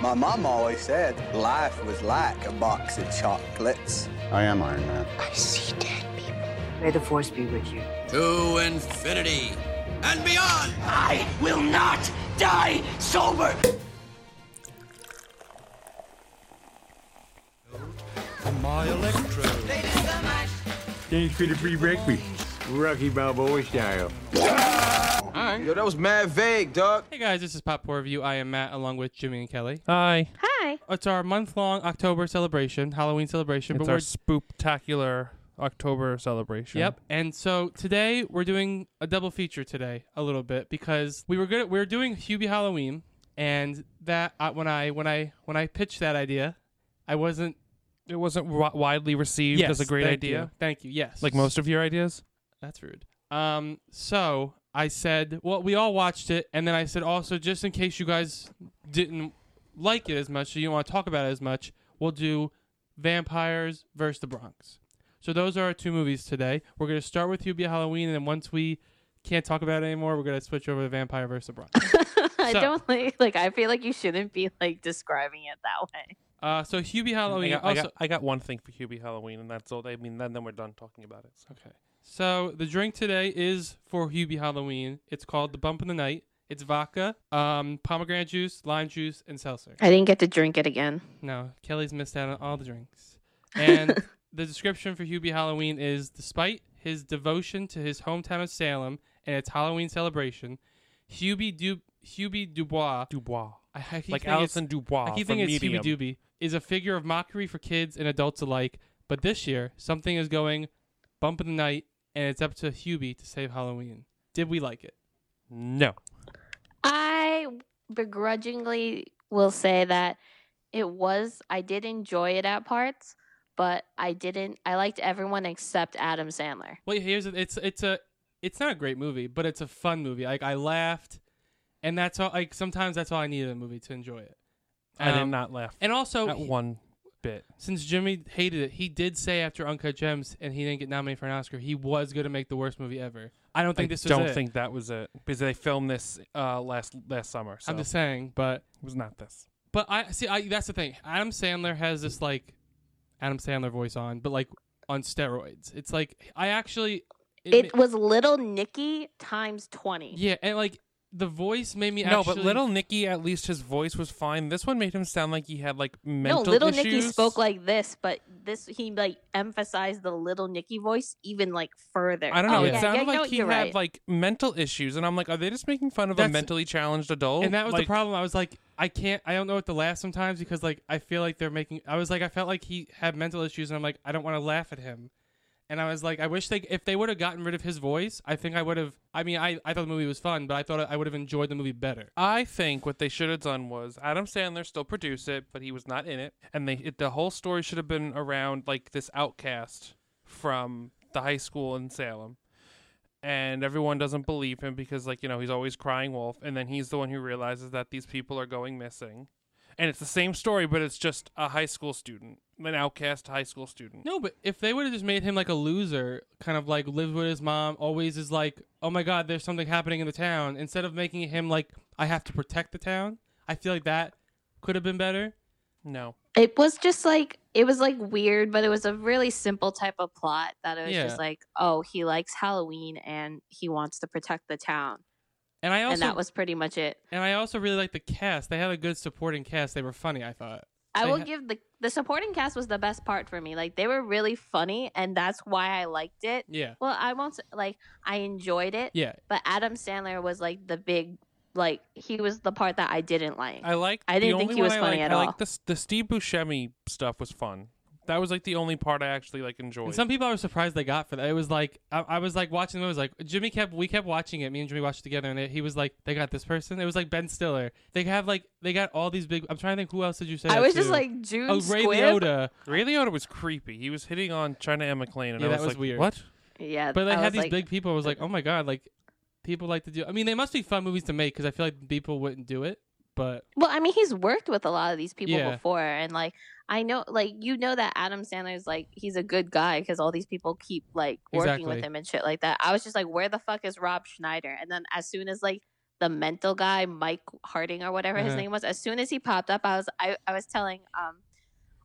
My mom always said life was like a box of chocolates. I am Iron Man. I see dead people. May the force be with you. To infinity and beyond! I will not die sober! My electrode. Thanks for the free breakfast. Rocky Balboa style. All right. Yo, that was mad vague, dog. Hey guys, this is Pop Poor Review. I am Matt, along with Jimmy and Kelly. Hi. Hi. It's our month-long October celebration, Halloween celebration. It's our spooktacular October celebration. Yep. And so today we're doing a double feature today, a little bit because we were good. At, we were doing Hubie Halloween, and that uh, when I when I when I pitched that idea, I wasn't. It wasn't w- widely received Yes, as a great thank idea. you. Thank you. Yes. Like most of your ideas. That's rude. Um. So I said, well, we all watched it, and then I said also, just in case you guys didn't like it as much, so you don't want to talk about it as much, we'll do Vampires versus the Bronx. So those are our two movies today. We're gonna start with Hubie Halloween, and then once we can't talk about it anymore, we're gonna switch over to Vampire versus the Bronx. I So- don't like like I feel like you shouldn't be like describing it that way. uh, so Hubie Halloween. I got, I, also, got, I got one thing for Hubie Halloween, and that's all. I mean, then, then we're done talking about it. So. Okay. So the drink today is for Hubie Halloween. It's called the Bump in the Night. It's vodka, um, pomegranate juice, lime juice, and seltzer. I didn't get to drink it again. No, Kelly's missed out on all the drinks. And the description for Hubie Halloween is despite his devotion to his hometown of Salem and its Halloween celebration, Hubie Du Hubie Dubois Dubois. I, I keep Like thinking it's- Alison Dubois I keep from thinking it's Medium. Hubie Doobie is a figure of mockery for kids and adults alike. But this year, something is going bump in the night, and it's up to Hubie to save Halloween. Did we like it? No. I begrudgingly will say that it was I did enjoy it at parts, but I didn't I liked everyone except Adam Sandler. Well, here's the- it's it's a it's not a great movie, but it's a fun movie. Like I laughed, and that's all. Like sometimes that's all I need in a movie to enjoy it. I did Um, not laugh And also, at he- one bit. since Jimmy hated it, he did say after Uncut Gems, and he didn't get nominated for an Oscar, he was going to make the worst movie ever. I don't think this was don't it. think that was it because they filmed this uh, last last summer. So I'm just saying, but it was not this. But I see. I that's the thing. Adam Sandler has this like Adam Sandler voice on, but like on steroids. It's like I actually it It ma- was little Nicky times twenty. yeah, and like the voice made me no, actually, but Little Nicky, at least his voice was fine. This one made him sound like he had like mental no, little issues. Nicky spoke like this, but this he like emphasized the little Nicky voice even like further. I don't know. Oh, it yeah, sounded yeah, like no, he had you're right. like mental issues, and I'm like, are they just making fun of a That's- mentally challenged adult? and that was the Oh, Like, problem. I was like, I can't. I don't know what to laugh sometimes because like I feel like they're making. I was like, I felt like he had mental issues, and I'm like, I don't want to laugh at him. And I was like, I wish they if they would have gotten rid of his voice, I think I would have. I mean, I I thought the movie was fun, but I thought I would have enjoyed the movie better. I think what they should have done was Adam Sandler still produced it, but he was not in it, and they it, the whole story should have been around like this outcast from the high school in Salem, and everyone doesn't believe him because like you know he's always crying wolf, and then he's the one who realizes that these people are going missing, and it's the same story, but it's just a high school student, an outcast high school student. No, but if they would have just made him like a loser, kind of like lives with his mom, always is like, oh my god, there's something happening in the town, instead of making him like, I have to protect the town, I feel like that could have been better. no. it was just like it was like weird, but it was a really simple type of plot that it was Yeah. just like, oh, he likes Halloween and he wants to protect the town, And I also and that was pretty much it. and I also really like the cast. They had a good supporting cast. They were funny, I thought. I They will ha- give the the supporting cast was the best part for me. Like they were really funny, and that's why I liked it. Yeah. Well, I won't s- like I enjoyed it, Yeah. but Adam Sandler was like the big, like he was the part that I didn't like. I like. I didn't the think only he was one I funny liked- at I all. Like the the Steve Buscemi stuff was fun. That was like the only part I actually like enjoyed. And some people I was surprised they got for that. It was like I, I was like watching. It was like Jimmy kept. We kept watching it. Me and Jimmy watched it together, and they, he was like, "They got this person." It was like Ben Stiller. They have like they got all these big. I'm trying to think who else did you say? I that was just to? like June oh Ray Squibb. Liotta. Ray Liotta was creepy. He was hitting on China Emma McLean, and Yeah, I that was, was like, weird. "What?" Yeah, But they I had was these like- big people. I was like, oh my god, like people like to do. I mean, they must be fun movies to make because I feel like people wouldn't do it. But Well, I mean, he's worked with a lot of these people Yeah. before, and like I know, like you know that Adam Sandler's like he's a good guy because all these people keep like working Exactly. with him and shit like that. I was just like, where the fuck is Rob Schneider? And then as soon as like the mental guy, Mike Harding or whatever his Uh-huh. name was, as soon as he popped up, I was I, I was telling um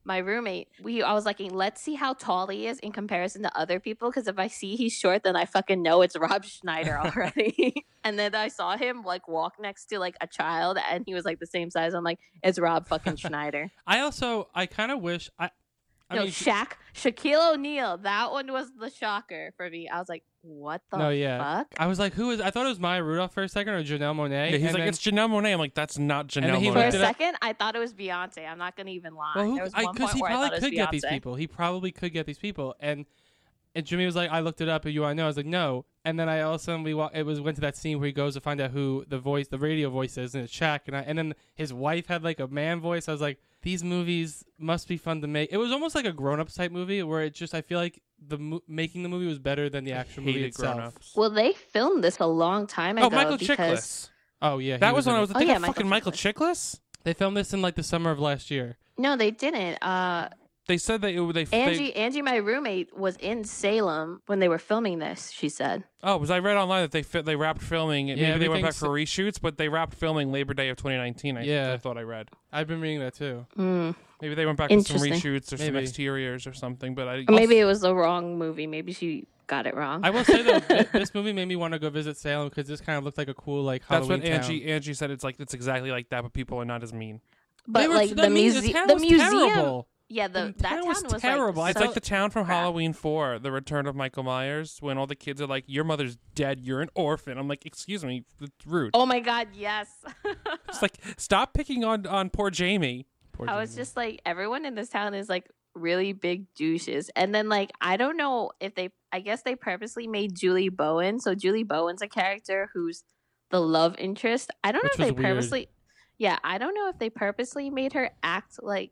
my roommate, we I was like, let's see how tall he is in comparison to other people, because if I see he's short, then I fucking know it's Rob Schneider already. and then I saw him like walk next to like a child, and he was like the same size. I'm like, it's Rob fucking Schneider. I also I kind of wish I. I no, mean, Shaq, Shaquille O'Neal. That one was the shocker for me. I was like, what the no, Oh, yeah. fuck? I was like, who is? I thought it was Maya Rudolph for a second or Janelle Monet. Yeah, he's like, it's Janelle Monet. I'm like, that's not then Janelle he Monae. looked For Monet. a it Did I- second, I thought it was Beyonce. I'm not gonna even lie. Well, who? there was one Because point he where I probably thought it was could get these Beyonce. people. He probably could get these people. And and Jimmy was like, I looked it up. You I know. I was like, no. And then I all of a sudden we wa- it was went to that scene where he goes to find out who the voice, the radio voice is, and it's Shaq. And I, and then his wife had like a man voice. I was like, these movies must be fun to make. It was almost like a grown up type movie where it just I feel like the mo- making the movie was better than the actual movie hated grown itself. ups. Well, they filmed this a long time ago. Oh, Michael because- Chiklis. Oh yeah, he That was in when I it. was like, Oh, they yeah, got Michael fucking Michael Chiklis. They filmed this in like the summer of last year. No, they didn't. Uh, They said they they, they- Angie, Angie, my roommate, was in Salem when they were filming this. She said, Oh, was I read online that they fi- they wrapped filming? Yeah, Yeah, maybe they went back everything's- for reshoots, but they wrapped filming Labor Day of 2019. I, Yeah. I thought I read. I've been reading that too. mm. Maybe they went back for some Interesting. reshoots or some Maybe. exteriors or something. But I Or maybe it was the wrong movie. Maybe she got it wrong. Oh. I will say though, thi- this movie made me want to go visit Salem because this kind of looked like a cool like that's Halloween what Angie Angie said. It's like it's exactly like that, but people are not as mean. Town. They but were- like the, mean- muse- town the was museum, terrible. yeah, the, The that town was, like, terrible. it's so- like the town from Halloween Four, The Return of Michael Myers, when all the kids are like, "Your mother's dead. You're an orphan." I'm like, "Excuse me, it's rude." oh my god, yes. It's like stop picking on on poor Jamie. Poor I was just like, everyone in this town is like really big douches. And then like I don't know if they I guess they purposely made Julie Bowen. So Julie Bowen's a character who's the love interest. I don't Which know if they was weird. purposely Yeah, I don't know if they purposely made her act like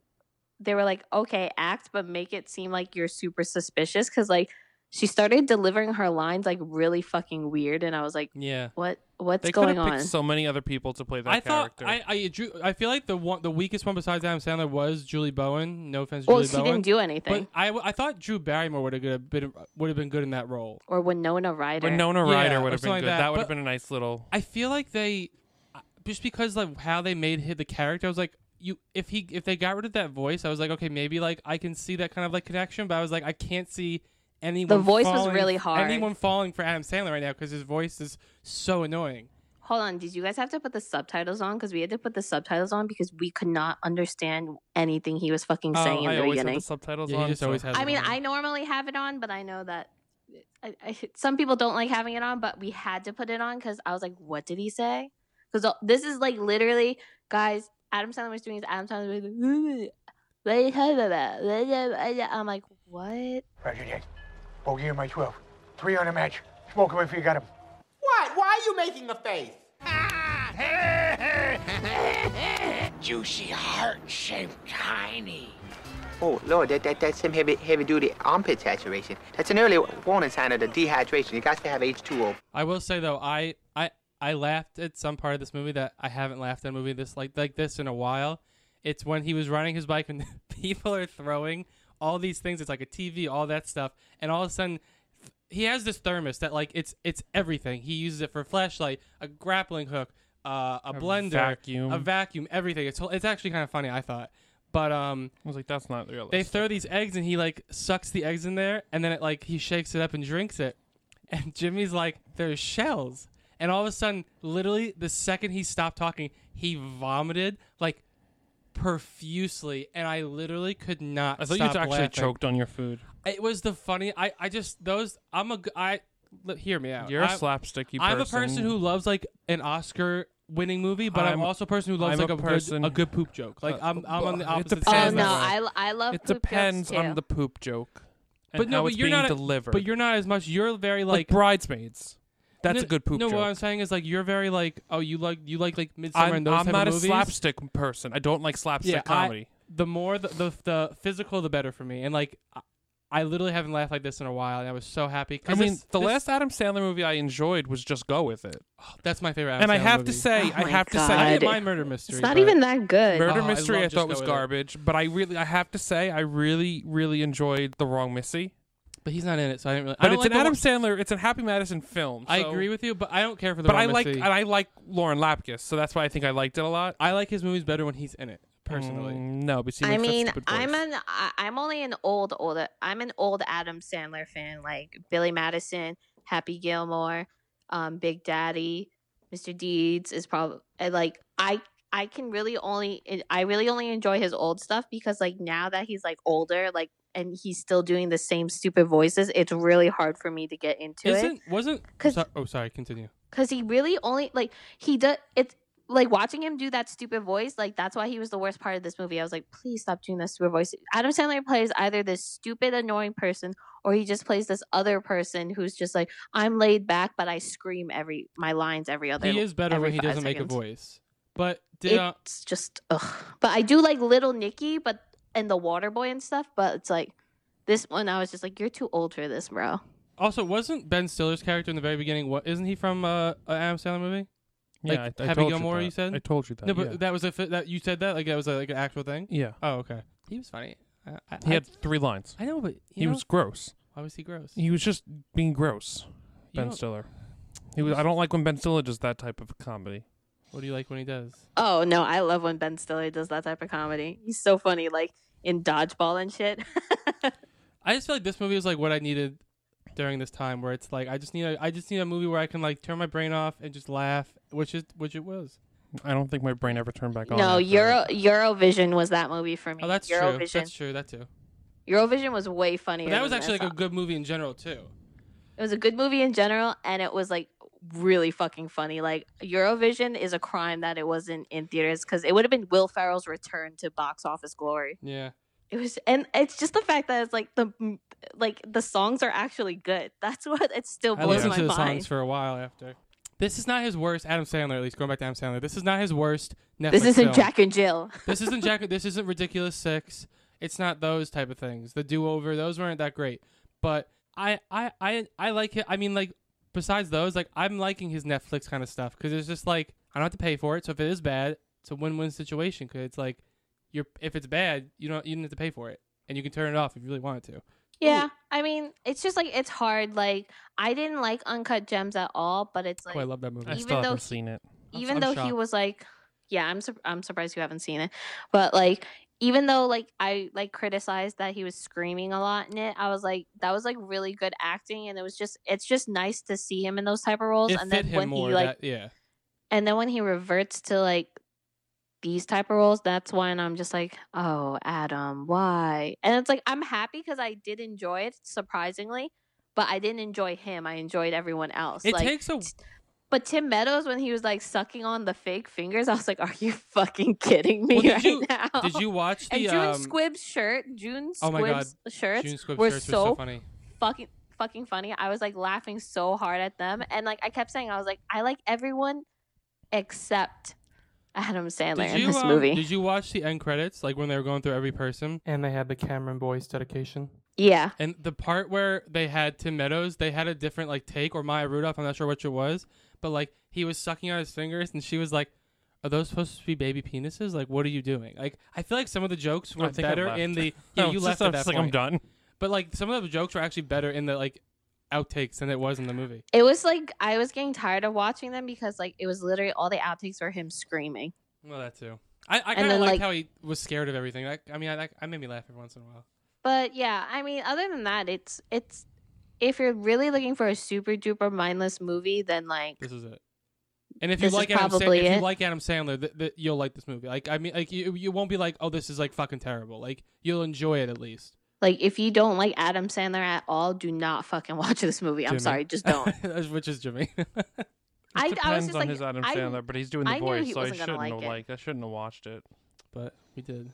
they were like, "Okay, act but make it seem like you're super suspicious cuz like she started delivering her lines like really fucking weird and I was like, Yeah. "What what's They could going have on?" picked so many other people to play that I thought character. I I, drew, I feel like the one the weakest one besides Adam Sandler was Julie Bowen. No offense, to well, Julie she Bowen. didn't do but anything. I, w- I thought Drew Barrymore would have been would have been good in that role. or Winona Ryder. Winona Ryder Yeah, would or have been something like good. that, That, would but- have been a nice little. I feel like they uh, just because like how they made hi- the character. I was like, you if he if they got rid of that voice, I was like, okay, maybe like I can see that kind of like connection, but I was like, I can't see anyone. voice was falling- really hard. Anyone falling for Adam Sandler right now because his voice is so annoying. Hold on, did you guys have to put the subtitles on? Because we had to put the subtitles on because we could not understand anything he was fucking Oh, saying I in the always have beginning. the subtitles Yeah, on. he just so- always has. I it mean, on. I normally have it on, but I know that I, I, some people don't like having it on, but we had to put it on because I was like, what did he say? Because this is like literally, guys, Adam Sandler was doing his Adam Sandler. Was like, "What are you talking about? What are you talking about?" I'm like, what? Roger that. Bogey and my 12. Three on a match. Smoke away if you got him. What? Why are you making a face? Juicy heart shaped tiny. Oh, Lord, that, that, that's some heavy, heavy duty armpit saturation. That's an early warning sign of the dehydration. You got to have H2O. I will say though, I I I laughed at some part of this movie that I haven't laughed at a movie this like like this in a while. It's when he was riding his bike and people are throwing all these things. It's like a TV, all that stuff, and all of a sudden he has this thermos that like it's it's everything. He uses it for a flashlight, a grappling hook, uh, a, blender, vacuum. a vacuum, everything. It's it's actually kind of funny. I thought. But um, I was like, that's not realistic. they throw these eggs and he like sucks the eggs in there and then it like he shakes it up and drinks it and jimmy's like there's shells and all of a sudden literally the second he stopped talking he vomited like profusely and i literally could not I thought you stop actually laughing. choked on your food. it was the funny i i just those i'm a g- i l- hear me out You're a I- slapsticky person. i'm a person who loves like an oscar winning movie but i'm, I'm- also a person who loves I'm like a a, person- Uh, good a good poop joke like i'm i'm on the It opposite side depends. Oh of no, that. I, I love. It poop jokes, depends too. on the poop joke. And but no how but it's you're being not delivered. but you're not as much you're very like, like bridesmaids. That's No- a good poop No, joke. what I'm saying is like you're very like oh you like you like like midsummer I'm, and those I'm type not of a movies. slapstick person. I don't like slapstick yeah, I- comedy. the more the, the the physical, the better for me. And like I, I literally haven't laughed like this in a while, and I was so happy. 'cause I mean, this- the this- last Adam Sandler movie I enjoyed was Just Go With It. that's my favorite. Adam and I Sandler have movie. to say, Oh I my have to say, God. I I didn't mind murder mystery. It's not but- even that good. Murder Oh, I Mystery love I, Just Go thought was With It. garbage, but I really I have to say I really really enjoyed The Wrong Missy. But but he's not in it, so I didn't really. I But don't it's like an the Adam one- Sandler. It's an Happy Madison film. I so- agree with you, but I don't care for the. But one I like see. and I like Lauren Lapkus, so that's why I think I liked it a lot. I like his movies better when he's in it personally. Mm, no, but she I makes that mean, stupid I'm voice. an I- I'm only an old old I'm an old Adam Sandler fan, like Billy Madison, Happy Gilmore, um, Big Daddy, Mr. Deeds is probably like I I can really only eh, I really only enjoy his old stuff because like now that he's like older, like and he's still doing the same stupid voices, it's really hard for me to get into it Isn't wasn't? 'Cause- so- oh, sorry. Continue. because he really only like he does it's like watching him do that stupid voice like that's why he was the worst part of this movie i was like please stop doing that stupid voice adam sandler plays either this stupid annoying person or he just plays this other person who's just like i'm laid back but i scream every my lines every other He is better every when he five doesn't make a seconds. voice. But did uh, it's just ugh. but i do like little nicky but and the water boy and stuff but it's like this one i was just like you're too old for this bro also wasn't Ben Stiller's character in the very beginning? What isn't he from uh, an Adam Sandler movie? yeah, like I, I Happy told Gilmore, You, that. you said? I told you that. no, but Uh, yeah. that was a fi- that you said that like that was a, like an actual thing. yeah. Oh, okay. He was funny. I, I, he had three lines. I know, but He was gross. Why was he gross? He was just being gross. You Ben don't- Stiller. He was. I don't like when Ben Stiller does that type of comedy. What do you like when he does? Oh no, I love when Ben Stiller does that type of comedy. He's so funny, like in dodgeball and shit. I just feel like this movie is like what I needed during this time, where it's like I just need a I just need a movie where I can like turn my brain off and just laugh, which is which it was. I don't think my brain ever turned back on. no, after Euro that. Eurovision was that movie for me. Oh, that's true. Eurovision. That's true. That too. Eurovision was way funnier. But that was than actually this. like a good movie in general too. It was a good movie in general, and it was like really fucking funny. Like Eurovision is a crime that it wasn't in theaters because it would have been Will Ferrell's return to box office glory. Yeah. It was, and it's just the fact that it's like the like the songs are actually good. That's what it still I blows listened my to the mind. songs for a while after. This is not his worst Adam Sandler, at least going back to Adam Sandler. This is not his worst Netflix. this isn't film. Jack and Jill. this isn't Jack. This isn't Ridiculous Six. It's not those type of things. The Do Over. Those weren't that great. But I, I, I, I like it. I mean, like besides those, like I'm liking his Netflix kind of stuff because it's just like I don't have to pay for it. So if it is bad, it's a win-win situation because it's like you're if it's bad, you don't you don't have to pay for it and you can turn it off if you really want to. Oh, Yeah, I mean, it's just like it's hard. Like I didn't like Uncut Gems at all, but it's like Oh, I love that movie. I Even still though haven't he- seen it. I'm- even I'm though he shocked. was like, yeah, I'm sur- I'm surprised you haven't seen it, but like even though like I like criticized that he was screaming a lot in it, I was like that was like really good acting, and it was just it's just nice to see him in those type of roles. It and fit then him when more. he like that, yeah. and then when he reverts to like these type of roles that's when i'm just like oh adam why and it's like i'm happy because i did enjoy it surprisingly but i didn't enjoy him i enjoyed everyone else It like takes a but tim meadows when he was like sucking on the fake fingers i was like are you fucking kidding me Well, did right you- now Did you watch the and June um, Squibb's shirt, June Squibb's Oh my God, shirts June Squibb's were shirts so, were so funny? fucking fucking funny. I was like laughing so hard at them, and like I kept saying, I was like, I like everyone except Adam Sandler in this um, movie. Did you watch the end credits, like when they were going through every person? And they had the Cameron Boys dedication. yeah, And the part where they had Tim Meadows, they had a different like take, or Maya Rudolph, I'm not sure which it was, but like he was sucking on his fingers, and she was like, "Are those supposed to be baby penises? Like, what are you doing?" Like, I feel like some of the jokes were I think I better left. in the No, yeah, you it's left just, I'm at that just point. like I'm done. But like some of the jokes were actually better in the like outtakes than it was in the movie. it was like I was getting tired of watching them because like it was literally all the outtakes were him screaming. Well, that too. I, I And kind of then, liked like- how he was scared of everything. Like, I mean, I, I made me laugh every once in a while. But yeah, I mean, other than that, it's it's if you're really looking for a super duper mindless movie, then like This is it. And if you This is like Adam Sandler, probably if you it. like Adam Sandler, th- th- you'll like this movie. Like I mean, like you, you won't be like, oh, this is like fucking terrible. Like you'll enjoy it at least. like if you don't like Adam Sandler at all, do not fucking watch this movie. I'm Jimmy. sorry, just don't. Which is Jimmy. I, It I depends was just on like his Adam I- Sandler, but he's doing the I knew voice, he so I wasn't shouldn't gonna have like it. liked. I shouldn't have watched it. but we did.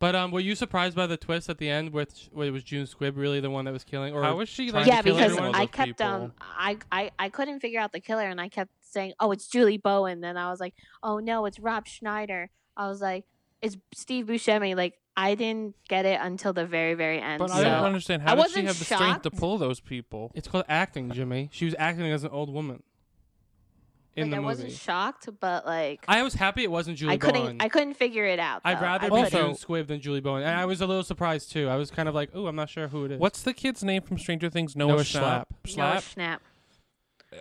But um, were you surprised by the twist at the end with where it was June Squibb really the one that was killing? Or How was she, trying like, to yeah kill because everyone? i those kept um people. I, I i couldn't figure out the killer and i kept saying oh it's julie bowen and i was like oh no it's rob schneider i was like it's steve buscemi like i didn't get it until the very very end But so I don't understand I how does she wasn't have the strength to shocked. pull those people? It's called acting, Jimmy. She was acting as an old woman. in like, the I movie. wasn't shocked, but like I, I was happy it wasn't Julie couldn't Bowen. I couldn't figure it out. I'd though. rather I be couldn't. June Squibb than Julie Bowen, and I was a little surprised too. I was kind of like, "Oh, I'm not sure who it is." What's the kid's name from Stranger Things? Noah, Noah Schnapp. Noah Schlapp? Schnapp.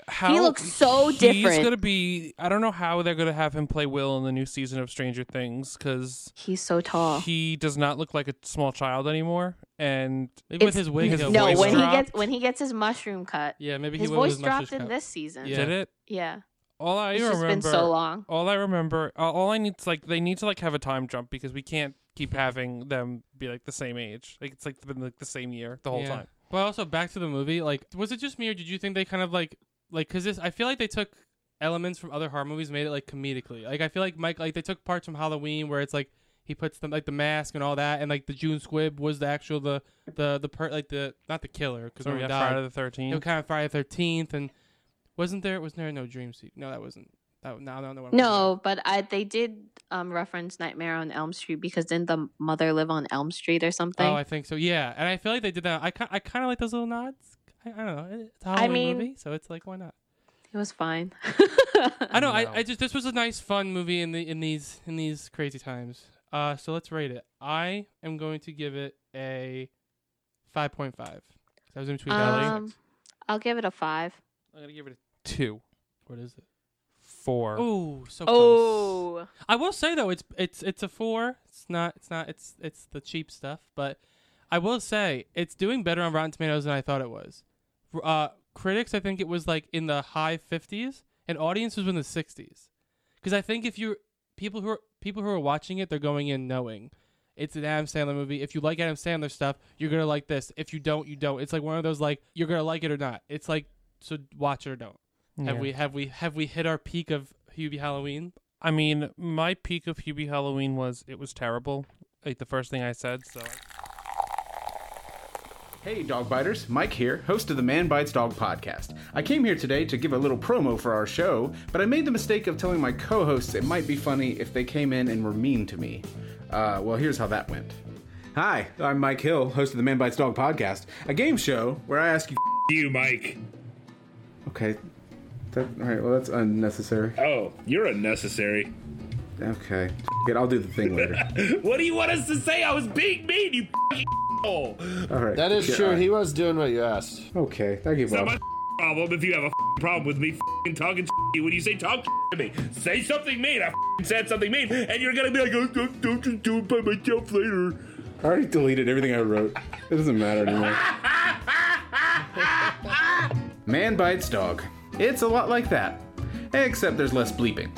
How looks so He's different. gonna be. I don't know how they're gonna have him play Will in the new season of Stranger Things because He's so tall. he does not look like a small child anymore. And Maybe with It's- his wig, his he'll no, voice when drop. he gets when he gets his mushroom cut, yeah, maybe his he will with voice dropped mushroom in cut. this season. Yeah. did it? Yeah. All I It's just remember. been so long. All I remember. uh, All all I need is like they need to like have a time jump because we can't keep having them be like the same age. Like it's like been like the same year the whole Yeah. time. But also back to the movie, like, was it just me or did you think they kind of like, like, cause this? I feel like they took elements from other horror movies, made it like comedically. Like, I feel like Mike, like, they took parts from Halloween where it's like he puts them like the mask and all that, and like the June Squibb was the actual the the the per like the not the killer because So when we he died, got Oh, Friday the it was Thirteenth. kind of Friday the Thirteenth, and wasn't there was there no dream sequence? No, that wasn't. That, no, no, no. No, but I, they did um, reference Nightmare on Elm Street because didn't the mother live on Elm Street or something? Oh, I think so. Yeah, and I feel like they did that. I ki- I kind of like those little nods. I, I don't know. It's a Halloween mean- movie, so it's like why not? it was fine. I know. No. I, I just this was a nice, fun movie in the in these in these crazy times. Uh, so let's rate it. I am going to give it a five point five. I was in between five and um, six. I'll give it a five. I'm gonna give it a two, What is it? four. Oh, so close. Oh, I will say though, it's it's it's a four. It's not it's not it's it's the cheap stuff, but I will say it's doing better on Rotten Tomatoes than I thought it was. R- Uh, critics, I think it was like in the high fifties, and audience was in the sixties. Because I think if you people who are people who are watching it, they're going in knowing it's an Adam Sandler movie. If you like Adam Sandler stuff, you're gonna like this. If you don't, you don't. It's like one of those like you're gonna like it or not. It's like so watch it or don't. Have Yeah. we have we have we hit our peak of Hubie Halloween? I mean, my peak of Hubie Halloween was it was terrible. Like the first thing I said. So Hey, dog biters! Mike here, host of the Man Bites Dog podcast. I came here today to give a little promo for our show, but I made the mistake of telling my co hosts it might be funny if they came in and were mean to me. Uh, well, here's how that went. Hi, I'm Mike Hill, host of the Man Bites Dog podcast, a game show where I ask you. You, Mike. Okay. That, all right, well, that's unnecessary. Oh, you're unnecessary. Okay. It, I'll do the thing later. What do you want us to say? I was being mean, you fucking hole. All right. That is Yeah, true. all right. He was doing what you asked. Okay, thank you, It's not Bob. my problem if you have a f***ing problem with me f***ing talking to you. When you say talk to me, say something mean. I f***ing said something mean, and you're gonna be like, oh, don't, don't just do it by myself later. I already deleted everything I wrote. It doesn't matter anymore. Man bites dog. It's a lot like that, except there's less bleeping,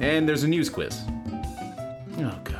and there's a news quiz. Oh God.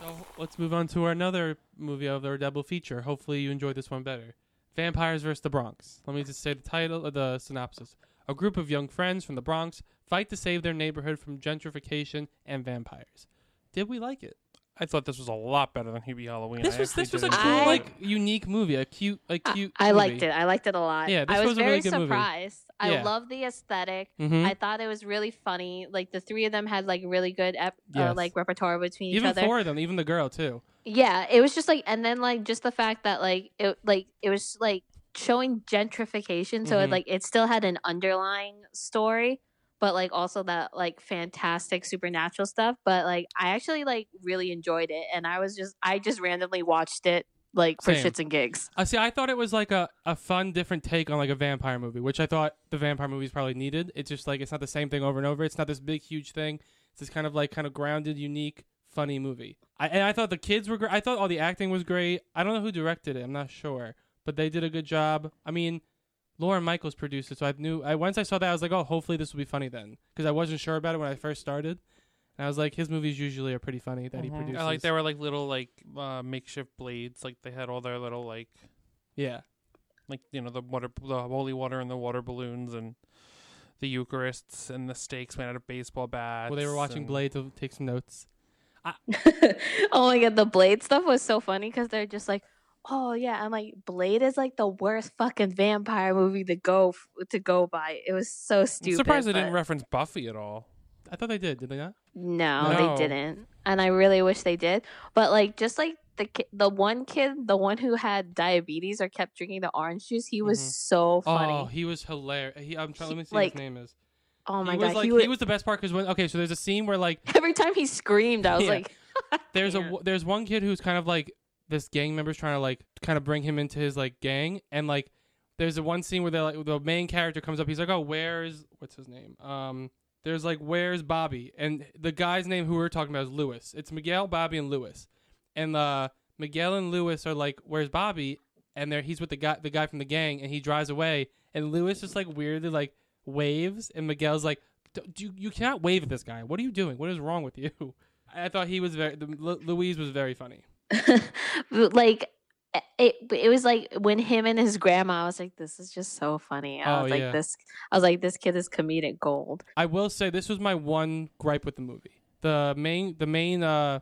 So let's move on to another movie of their double feature. Hopefully, you enjoyed this one better. Vampires vs. the Bronx. Let me just say the title of the synopsis. A group of young friends from the Bronx fight to save their neighborhood from gentrification and vampires. Did we like it? I thought this was a lot better than Hubie Halloween. This I was this actually was a did cool, enjoy it. like unique movie, a cute, a cute. I liked movie. it. I liked it a lot. Yeah, this I was, was a very really good movie. surprised. I Yeah. love the esthetic Mhm. I thought it was really funny. Like the three of them had like really good ep- uh, Yes. like repertoire between each Even other. four of them, even the girl too. Yeah, it was just like, and then like just the fact that like it like it was like showing gentrification, so Mm-hmm. it Mhm. like it still had an underlying story, but like also that like fantastic supernatural stuff. But like I actually like really enjoyed it, and I was just I just randomly watched it like for Same. shits and gigs. I Uh, see. I thought it was like a, a fun, different take on like a vampire movie, which I thought the vampire movies probably needed. It's just like it's not the same thing over and over. It's not this big, huge thing. It's this kind of like kind of grounded, unique, funny movie. I, and I thought the kids were great. I thought all the acting was great. I don't know who directed it. I'm not sure, but they did a good job. I mean, Lauren Michaels produced it, so I knew. I once I saw that, I was like, oh, hopefully this will be funny then, because I wasn't sure about it when I first started. And I was like, his movies usually are pretty funny that he Mhm. produces. I like there were like little like uh, makeshift blades. Like they had all their little like Yeah. like you know the water the holy water and the water balloons and the Eucharists and the stakes made out of baseball bats. Well, they were watching and- Blade to take some notes. oh my god, the Blade stuff was so funny because they're just like, oh yeah, I'm like Blade is like the worst fucking vampire movie to go f- to go by. It was so I'm stupid. surprised they but- didn't reference Buffy at all. I thought they did. Did they not? No, No. they didn't. And I really wish they did. But like just like the ki- the one kid, the one who had diabetes or kept drinking the orange juice, he was so funny. Mm-hmm. Oh, he was hilarious. He, I'm trying. Let me see what like- his name is. Oh my he was god, like he he, would, was the best part because when okay, so there's a scene where like every time he screamed, I was Yeah. like, there's a there's one kid who's kind of like this gang member's trying to like kind of bring him into his like gang and like there's a one scene where they like the main character comes up he's like oh where's what's his name um there's like where's Bobby and the guy's name who we are talking about is Lewis it's Miguel Bobby and Lewis and uh Miguel and Lewis are like where's Bobby and there he's with the guy the guy from the gang and he drives away and Lewis just like weirdly like waves and Miguel's like "D- do you, you cannot wave at this guy what are you doing what is wrong with you I thought he was very. The, Lu- Louise was very funny. like it it was like when him and his grandma, I was like, this is just so funny. I Oh, was like yeah. this, I was like, this kid is comedic gold. I will say this was my one gripe with the movie. The main, the main uh,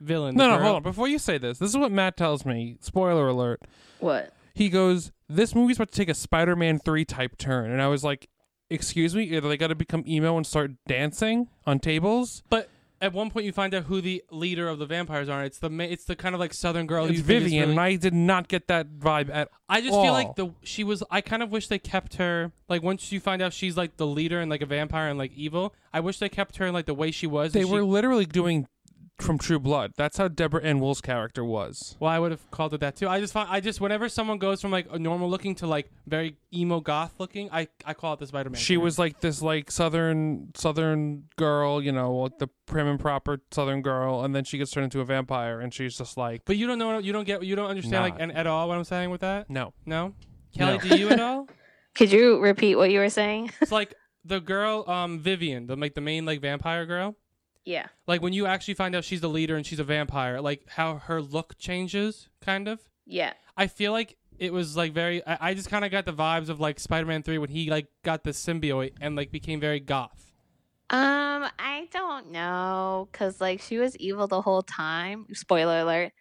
villain. No, the no, girl- hold on. Before you say this, this is what Matt tells me. Spoiler alert. What? He goes, This movie's about to take a Spider Man 3 type turn. And I was like, Excuse me? Either they got to become emo and start dancing on tables? But at one point, you find out who the leader of the vampires are. It's the ma- it's the kind of like Southern girl. It's Oh, you think is Vivian, really- and I did not get that vibe at I just all. feel like the she was. I kind of wish they kept her. Like once you find out she's like the leader and like a vampire and like evil, I wish they kept her in like the way she was. They and she- were literally doing from True Blood. That's how Deborah Ann Wool's character was. Well, I would have called it that too. I just find I just whenever someone goes from like a normal looking to like very emo goth looking, I I call it the Spider Man. She was like this like southern southern girl, you know, like the prim and proper southern girl, and then she gets turned into a vampire, and she's just like, but you don't know, you don't get, you don't understand like Nah. and at all what I'm saying with that. no, No, Kelly, No. do you at all? Could you repeat what you were saying? It's like the girl, um, Vivian, the like the main like vampire girl. Yeah. Like when you actually find out she's the leader and she's a vampire, like how her look changes, kind of. Yeah. I feel like it was like very. I, I just kind of got the vibes of like Spider-Man Three when he like got the symbiote and like became very goth. Um, I don't know, cause like she was evil the whole time. Spoiler alert,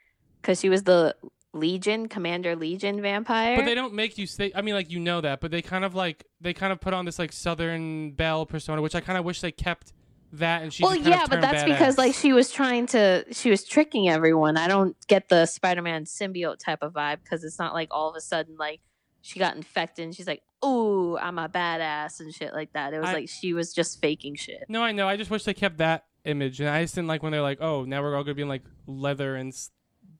cause she was the Legion Commander Legion vampire. But they don't make you say. I mean, like you know that, but they kind of like they kind of put on this like Southern Belle persona, which I kind of wish they kept that. And she well, just kind of yeah, but turned that's badass. because like she was trying to, she was tricking everyone. I don't get the Spider-Man symbiote type of vibe, cause it's not like all of a sudden like she got infected and she's like, "Ooh, I'm a badass" and shit like that. It was I- Mm. like she was just faking shit. No, I know. I just wish they kept that image, and I just didn't like when they're like, "Oh, now we're all gonna be in like leather and." St-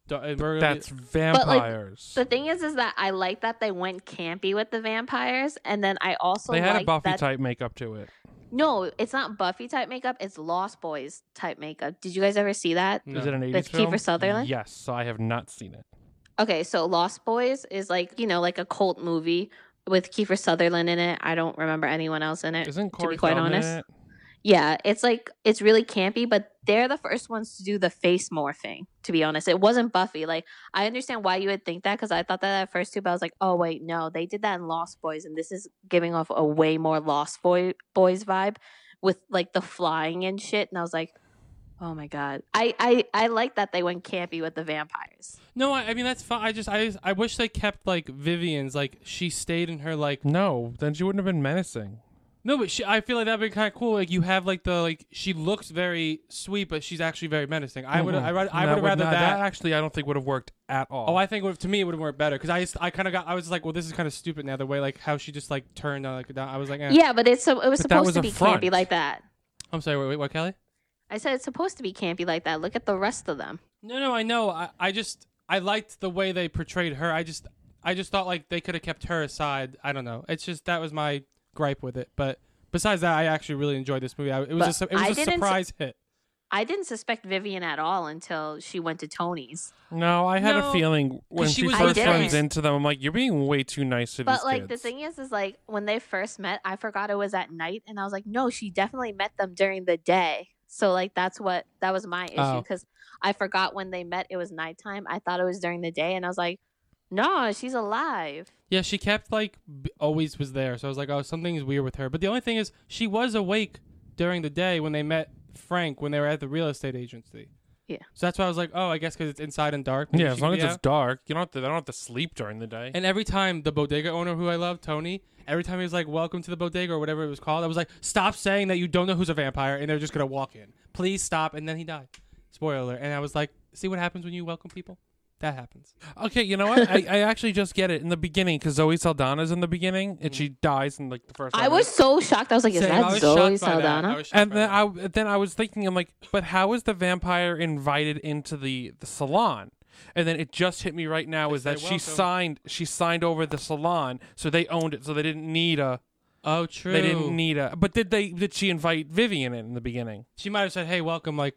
and we're gonna be- that's vampires. The thing is, is that I like that they went campy with the vampires, and then I also they had like a Buffy that- type makeup to it. No, it's not Buffy type makeup. It's Lost Boys type makeup. Did you guys ever see that? Is it an 80s With film? Kiefer Sutherland. Yes, so I have not seen it. Okay, so Lost Boys is like you know like a cult movie with Kiefer Sutherland in it. I don't remember anyone else in it. Isn't to Corey be quite Feldman in honest. it? Yeah, it's like it's really campy, but they're the first ones to do the face morphing. To be honest, it wasn't Buffy. Like I understand why you would think that because I thought that at first too, but I was like, oh wait, no, they did that in Lost Boys, and this is giving off a way more Lost Boy Boys vibe with like the flying and shit. And I was like, oh my god, I I I like that they went campy with the vampires. no, I, I mean that's fine. I just I I wish they kept like Vivian's like she stayed in her like No, then she wouldn't have been menacing. no, but she, I feel like that'd be kind of cool. Like you have like the like she looks very sweet, but she's actually very menacing. I would I, ra- I No, would rather not- Mm-hmm. that actually I don't think would have worked at all. Oh, I think it would- to me it would have worked better because I just, I kind of got I was like, well, this is kind of stupid now the way like how she just like turned on like down. I was like, eh. Yeah, but it's so it was But that supposed was to a be front. campy like that. I'm sorry, wait, wait, what, Kelly? I said it's supposed to be campy like that. Look at the rest of them. No, no, I know. I, I just I liked the way they portrayed her. I just I just thought like they could have kept her aside. I don't know. It's just that was my gripe with it. But besides that, I actually really enjoyed this movie. I, it was But a, su- it I was a didn't s- surprise hit. I didn't suspect Vivian at all until she went to Tony's. No, I had No, a feeling when 'cause she she, was I first didn't. runs into them, I'm like, you're being way too nice to But these like kids. the thing is, is like when they first met, I forgot it was at night, and I was like, no, she definitely met them during the day. So like that's what that was my issue Oh. because I forgot when they met it was nighttime. I thought it was during the day, and I was like, no, she's alive. Yeah, she kept like b- always was there. So I was like, oh, something's weird with her. But the only thing is, she was awake during the day when they met Frank when they were at the real estate agency. Yeah. So that's why I was like, oh, I guess because it's inside and dark. maybe yeah, she as long could as be it's out. dark, you don't have to. I don't have to sleep during the day. And every time the bodega owner who I love, Tony, every time he was like, "Welcome to the bodega" or whatever it was called, I was like, "Stop saying that you don't know who's a vampire and they're just gonna walk in. Please stop." And then he died. Spoiler. alert. And I was like, "See what happens when you welcome people." That happens. Okay, you know what? I, I actually just get it in the beginning because Zoe Saldana's in the beginning and she dies in like the first. I five was minutes. so shocked. I was like, is Same. I that was Zoe shocked by that. Saldana? and then I then I was thinking, I'm like, but how is the vampire invited into the, the salon? And then it just hit me right now is that she signed she signed over the salon, so they owned it, so they didn't need a. Oh, true. They didn't need a. But did they? Did she invite Vivian in in the beginning? She might have said, "Hey, welcome." Like,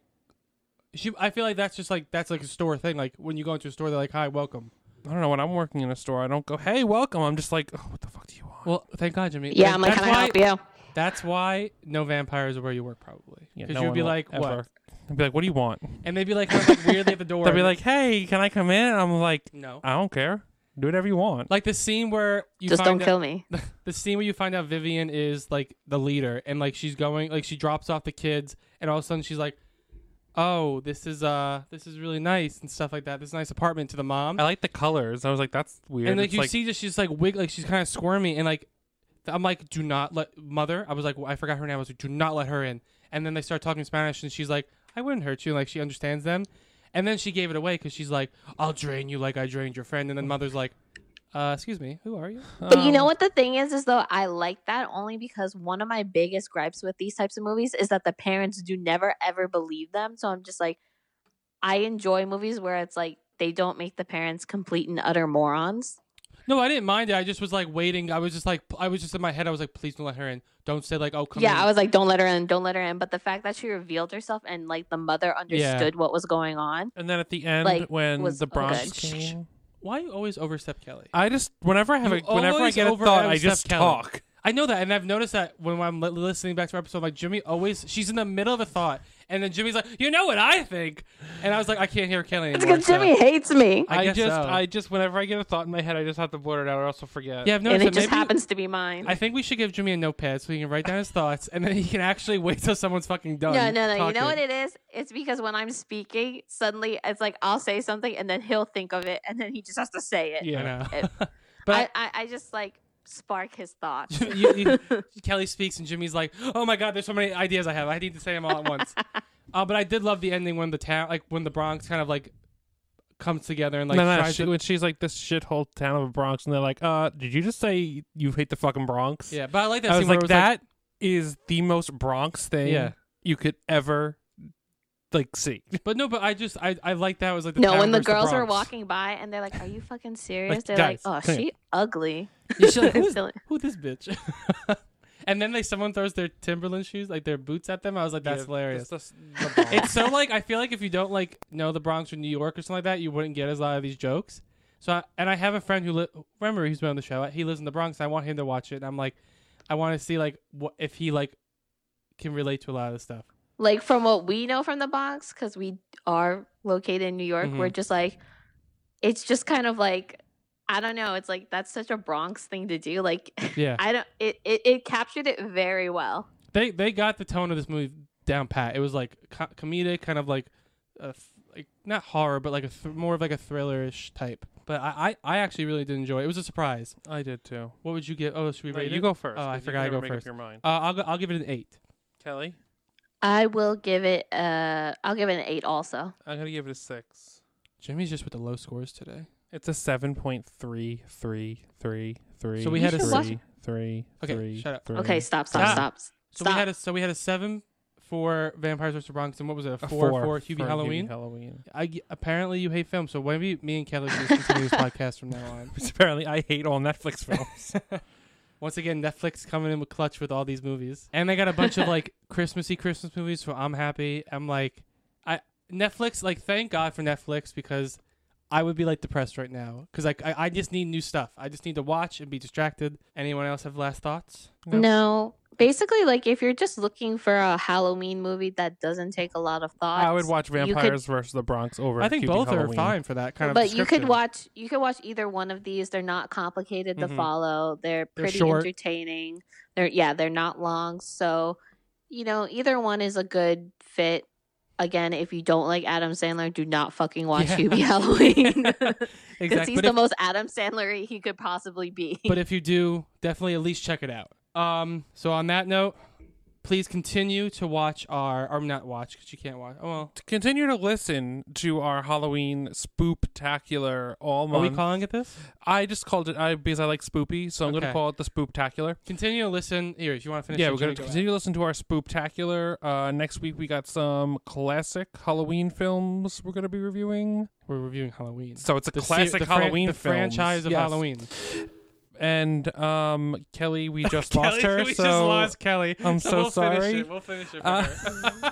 she. I feel like that's just like that's like a store thing. Like when you go into a store, they're like, "Hi, welcome." I don't know. When I'm working in a store, I don't go, "Hey, welcome." I'm just like, oh, "What the fuck do you want?" Well, thank God, Jimmy. Yeah, I'm like, That's "Can I why- help you?" That's why no vampires are where you work, probably. Yeah, Because no you'd one be will like, ever. "What?" I'd be like, "What do you want?" And they'd be like, kind of, like, weirdly at the door. They'll be like, "Hey, can I come in?" I'm like, No. I don't care. Do whatever you want." Like the scene where you Just find don't out- kill me. The scene where you find out Vivian is like the leader, and like she's going, like she drops off the kids, and all of a sudden she's like, "Oh, this is uh, this is really nice and stuff like that. This nice apartment to the mom." I like the colors. I was like, "That's weird." And like It's you see, just she's like wig, like she's kind of squirmy, and like th- I'm like, do not let mother. I was like, I forgot her name. I was like, do not let her in. And then they start talking Spanish, and she's like, I wouldn't hurt you. Like she understands them. And then she gave it away because she's like, I'll drain you like I drained your friend. And then mother's like, uh, excuse me, who are you? But Oh. you know what the thing is, is though I like that only because one of my biggest gripes with these types of movies is that the parents do never ever believe them. So I'm just like, I enjoy movies where it's like they don't make the parents complete and utter morons. No, I didn't mind it. I just was like waiting. I was just like, I was just in my head. I was like, please don't let her in. Don't say like, oh come. yeah, in. I was like, don't let her in, don't let her in. But the fact that she revealed herself and like the mother understood what was going on. And then at the end, like, when was the Bronx good. came, Why you always overstep Kelly? I just whenever I have a whenever I always get a over- thought, I overstep just Kelly. talk. I know that, and I've noticed that when I'm li- listening back to our episode, like Jimmy always, she's in the middle of a thought, and then Jimmy's like, "You know what I think," and I was like, "I can't hear Kelly anymore." Because Jimmy hates me. I, guess just so. I just whenever I get a thought in my head, I just have to blurt it out, or else I'll forget. yeah, I've and noticed it that. just Maybe- happens to be mine. I think we should give Jimmy a notepad so he can write down his thoughts, and then he can actually wait till someone's fucking done. No, no, no. You know what Oh, talking. it is? It's because when I'm speaking, suddenly it's like I'll say something and then he'll think of it and then he just has to say it. Yeah. I know. It- But- I, I, I just like spark his thoughts. You- you- Kelly speaks, and Jimmy's like, "Oh my god, there's so many ideas I have. I need to say them all at once." uh, but I did love the ending when the town, like when the Bronx, kind of like comes together and like no, no, tries she, to when she's like this shithole town of Bronx, and they're like, "Uh, did you just say you hate the fucking Bronx?" Yeah, but I like that I scene was where like, it was like- "That is the most Bronx thing Yeah. you could ever like see." But no, but I just I I like that was like the no, when town the versus girls were Bronx. walking by and they're like, Are you fucking serious? Like, they're guys, like, Oh, come she here." ugly. You should like, who's, Still- who this bitch? and then they someone throws their Timberland shoes like their boots at them. I was like, that's Yeah, hilarious. that's- that's the Bronx. it's so like I feel like if you don't like know the Bronx or New York or something like that, you wouldn't get as a lot of these jokes. So I, and I have a friend who li- remember he's been on the show. He lives in the Bronx. And I want him to watch it, and I'm like, I want to see like what if he like can relate to a lot of this stuff. like from what we know from the box, because we are located in New York, Mhm. we're just like, it's just kind of like, I don't know. It's like that's such a Bronx thing to do. Like, Yeah. I don't. It, it it captured it very well. they they got the tone of this movie down pat. It was like co- comedic, kind of like, a th- like not horror, but like a th- more of like a thrillerish type. But I, I I actually really did enjoy it. It was a surprise. I did too. What would you give? Oh, should we No, rate you it? go first, Oh, 'cause I you forgot can I go never make up first. your mind. Uh, I'll go, I'll give it an eight. Kelly, I will give it. Uh, I'll give it an eight. Also, I'm gonna give it a six. Jimmy's just with the low scores today. It's a seven point three three three three. So we had a three, s- three, three, Okay, three, shut up. three. okay, stop, stop, Stop. stop. stop. Ah, So we had a so we had a seven for Vampires vs Bronx, and what was it? A A four, four for Hubie for Hubie Halloween. Halloween. I g apparently you hate film, so maybe me and Kelly should just continue this podcast from now on. Apparently, I hate all Netflix films. Once again, Netflix coming in with clutch with all these movies, and they got a bunch of like Christmassy Christmas movies. So I'm happy. I'm like, I Netflix. Like, thank God for Netflix because I would be like depressed right now because like I, I just need new stuff. I just need to watch and be distracted. Anyone else have last thoughts? No, basically, like if you're just looking for a Halloween movie that doesn't take a lot of thought, I would watch Uh, you could- Vampires versus the Bronx over. I think Hubie both Halloween. are fine for that kind of. but you could description. watch you could watch either one of these they're not complicated to Mhm. follow they're They're pretty short. entertaining they're yeah they're not long so you know either one is a good fit again if you don't like adam sandler do not fucking watch Yeah. hubie halloween because Exactly. he's But the if- most adam sandler he could possibly be but if you do, definitely at least check it out. Um, so on that note, please continue to watch our, or not watch because you can't watch. Oh well, Continue to listen to our Halloween spooptacular all Are we month. calling it this? I just called it I because I like spoopy, so I'm going Okay. to call it the spooptacular. continue to listen. Here, if you want to finish, yeah, it, we're going Joey, to go continue to listen to our spooptacular. Uh, next week we got some classic Halloween films we're going to be reviewing. We're reviewing Halloween, so it's a The se- classic the fran- Halloween the films. franchise of Yes. Halloween. And um, Kelly, we just lost Kelly, her. we just so lost Kelly. I'm so We'll finish sorry. it. We'll finish it for Uh,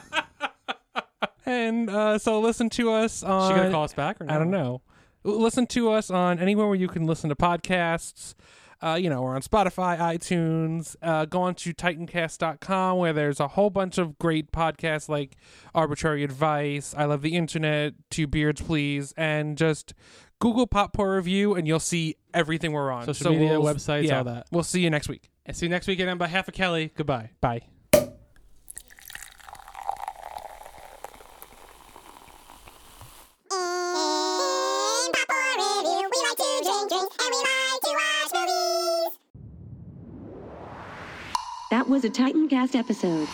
and uh, so listen to us on. gonna call us back or uh, I don't no? know. L- Listen to us on anywhere where you can listen to podcasts. Uh, you know, we're on Spotify, iTunes. Uh, go on to TitanCast.com where there's a whole bunch of great podcasts like Arbitrary Advice, I Love the Internet, Two Beards Please, and just Google Pop Poor Review, and you'll see everything we're on. Social So media, we'll- websites, yeah. all that. We'll see you next week. And see you next week. And on behalf of Kelly, goodbye. Bye. That was a Titancast episode.